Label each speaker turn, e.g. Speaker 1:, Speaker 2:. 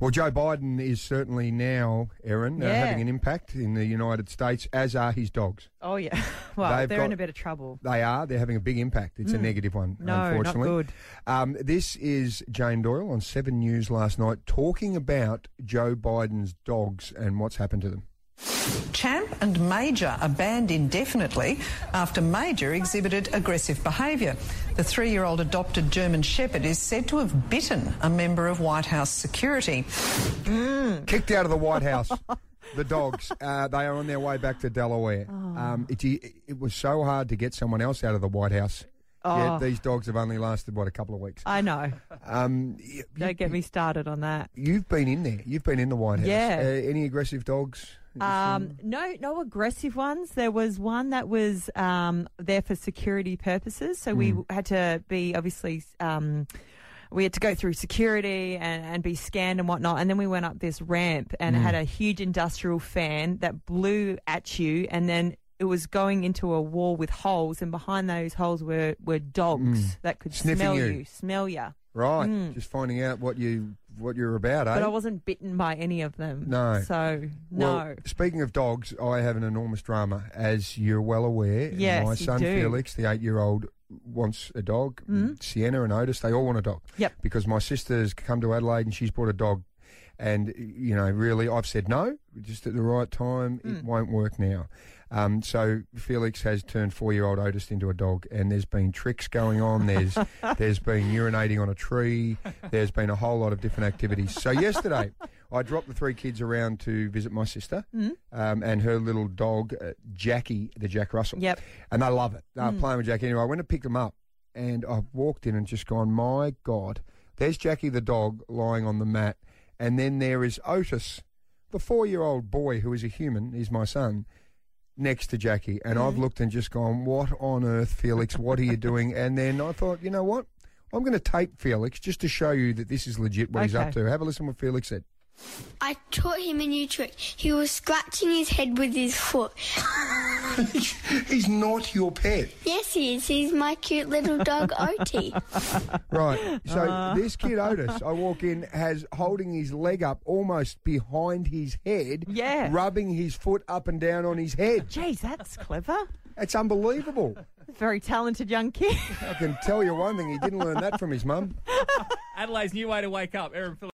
Speaker 1: Well, Joe Biden is certainly now, Erin, uh,
Speaker 2: Yeah.
Speaker 1: having an impact in the United States, as are his dogs.
Speaker 2: Oh yeah. Well,
Speaker 1: They've
Speaker 2: they're in
Speaker 1: got-
Speaker 2: a bit of trouble.
Speaker 1: They are. They're having a big impact. It's a negative one,
Speaker 2: Mm. No, not
Speaker 1: unfortunately.
Speaker 2: good.
Speaker 1: Um, this is Jane Doyle on Seven News last night talking about Joe Biden's dogs and what's happened to them.
Speaker 3: Champ and Major are banned indefinitely after Major exhibited aggressive behaviour. The three year old adopted German Shepherd is said to have bitten a member of White House security.
Speaker 2: Mm.
Speaker 1: Kicked out of the White House. The dogs, uh, they are on their way back to Delaware.
Speaker 2: Oh.
Speaker 1: Um, it, it was so hard to get someone else out of the White House.
Speaker 2: Oh.
Speaker 1: Yet these dogs have only lasted, what, a couple of weeks.
Speaker 2: I know.
Speaker 1: Um, y-
Speaker 2: Don't get me started on that.
Speaker 1: You've been in there. You've been in the White House.
Speaker 2: Yeah.
Speaker 1: Uh, any aggressive dogs?
Speaker 2: Um, no, no aggressive ones. There was one that was um, there for security purposes, so
Speaker 1: Hmm.
Speaker 2: we had to be obviously. Um, we had to go through security and, and be scanned and whatnot, and then we went up this ramp and it
Speaker 1: Hmm.
Speaker 2: had a huge industrial fan that blew at you, and then it was going into a wall with holes, and behind those holes were were dogs that could
Speaker 1: Hmm. Sniffing
Speaker 2: smell
Speaker 1: you.
Speaker 2: smell ya.
Speaker 1: Right. Just finding out what you what you're about, eh?
Speaker 2: mm. But I wasn't bitten by any of them.
Speaker 1: No.
Speaker 2: so no.
Speaker 1: Well, speaking of dogs, I have an enormous drama, as you're well aware. And
Speaker 2: Yes,
Speaker 1: my
Speaker 2: you
Speaker 1: son
Speaker 2: do. Hmm?
Speaker 1: Felix, the eight-year-old, wants a dog. Sienna and Otis, they all want a dog.
Speaker 2: Yep.
Speaker 1: Because my sister's come to Adelaide and she's brought a dog, and you know, really, I've said no, just at the right time.
Speaker 2: Hmm.
Speaker 1: It won't work now. Um, so Felix has turned four-year-old Otis into a dog, and there's been tricks going on. There's there's been urinating on a tree. There's been a whole lot of different activities. So yesterday, I dropped the three kids around to visit my sister um, and her little dog uh, Jackie, the Jack Russell.
Speaker 2: Yep.
Speaker 1: And they love it. They're playing with Jackie. Anyway, I went and picked them up and I walked in and just gone, my God, there's Jackie the dog lying on the mat. And then there is Otis, the four year old boy who is a human, is my son, next to Jackie. And I've looked and just gone, what on earth, Felix? What are you doing? And then I thought, you know what? I'm going to tape Felix just to show you that this is legit what he's up
Speaker 2: Okay.
Speaker 1: to. Have a listen what Felix said.
Speaker 4: I taught him a new trick. He was scratching his head with his foot.
Speaker 5: He's not your pet.
Speaker 4: Yes, he is. He's my cute little dog, Otie.
Speaker 1: Right. So this kid Otis, I walk in, has holding his leg up almost behind his head.
Speaker 2: Yeah.
Speaker 1: Rubbing his foot up and down on his head.
Speaker 2: Jeez, that's clever.
Speaker 1: It's unbelievable.
Speaker 2: Very talented young kid.
Speaker 1: I can tell you one thing, he didn't learn that from his mum.
Speaker 6: Adelaide's new way to wake up. Aaron Phillips.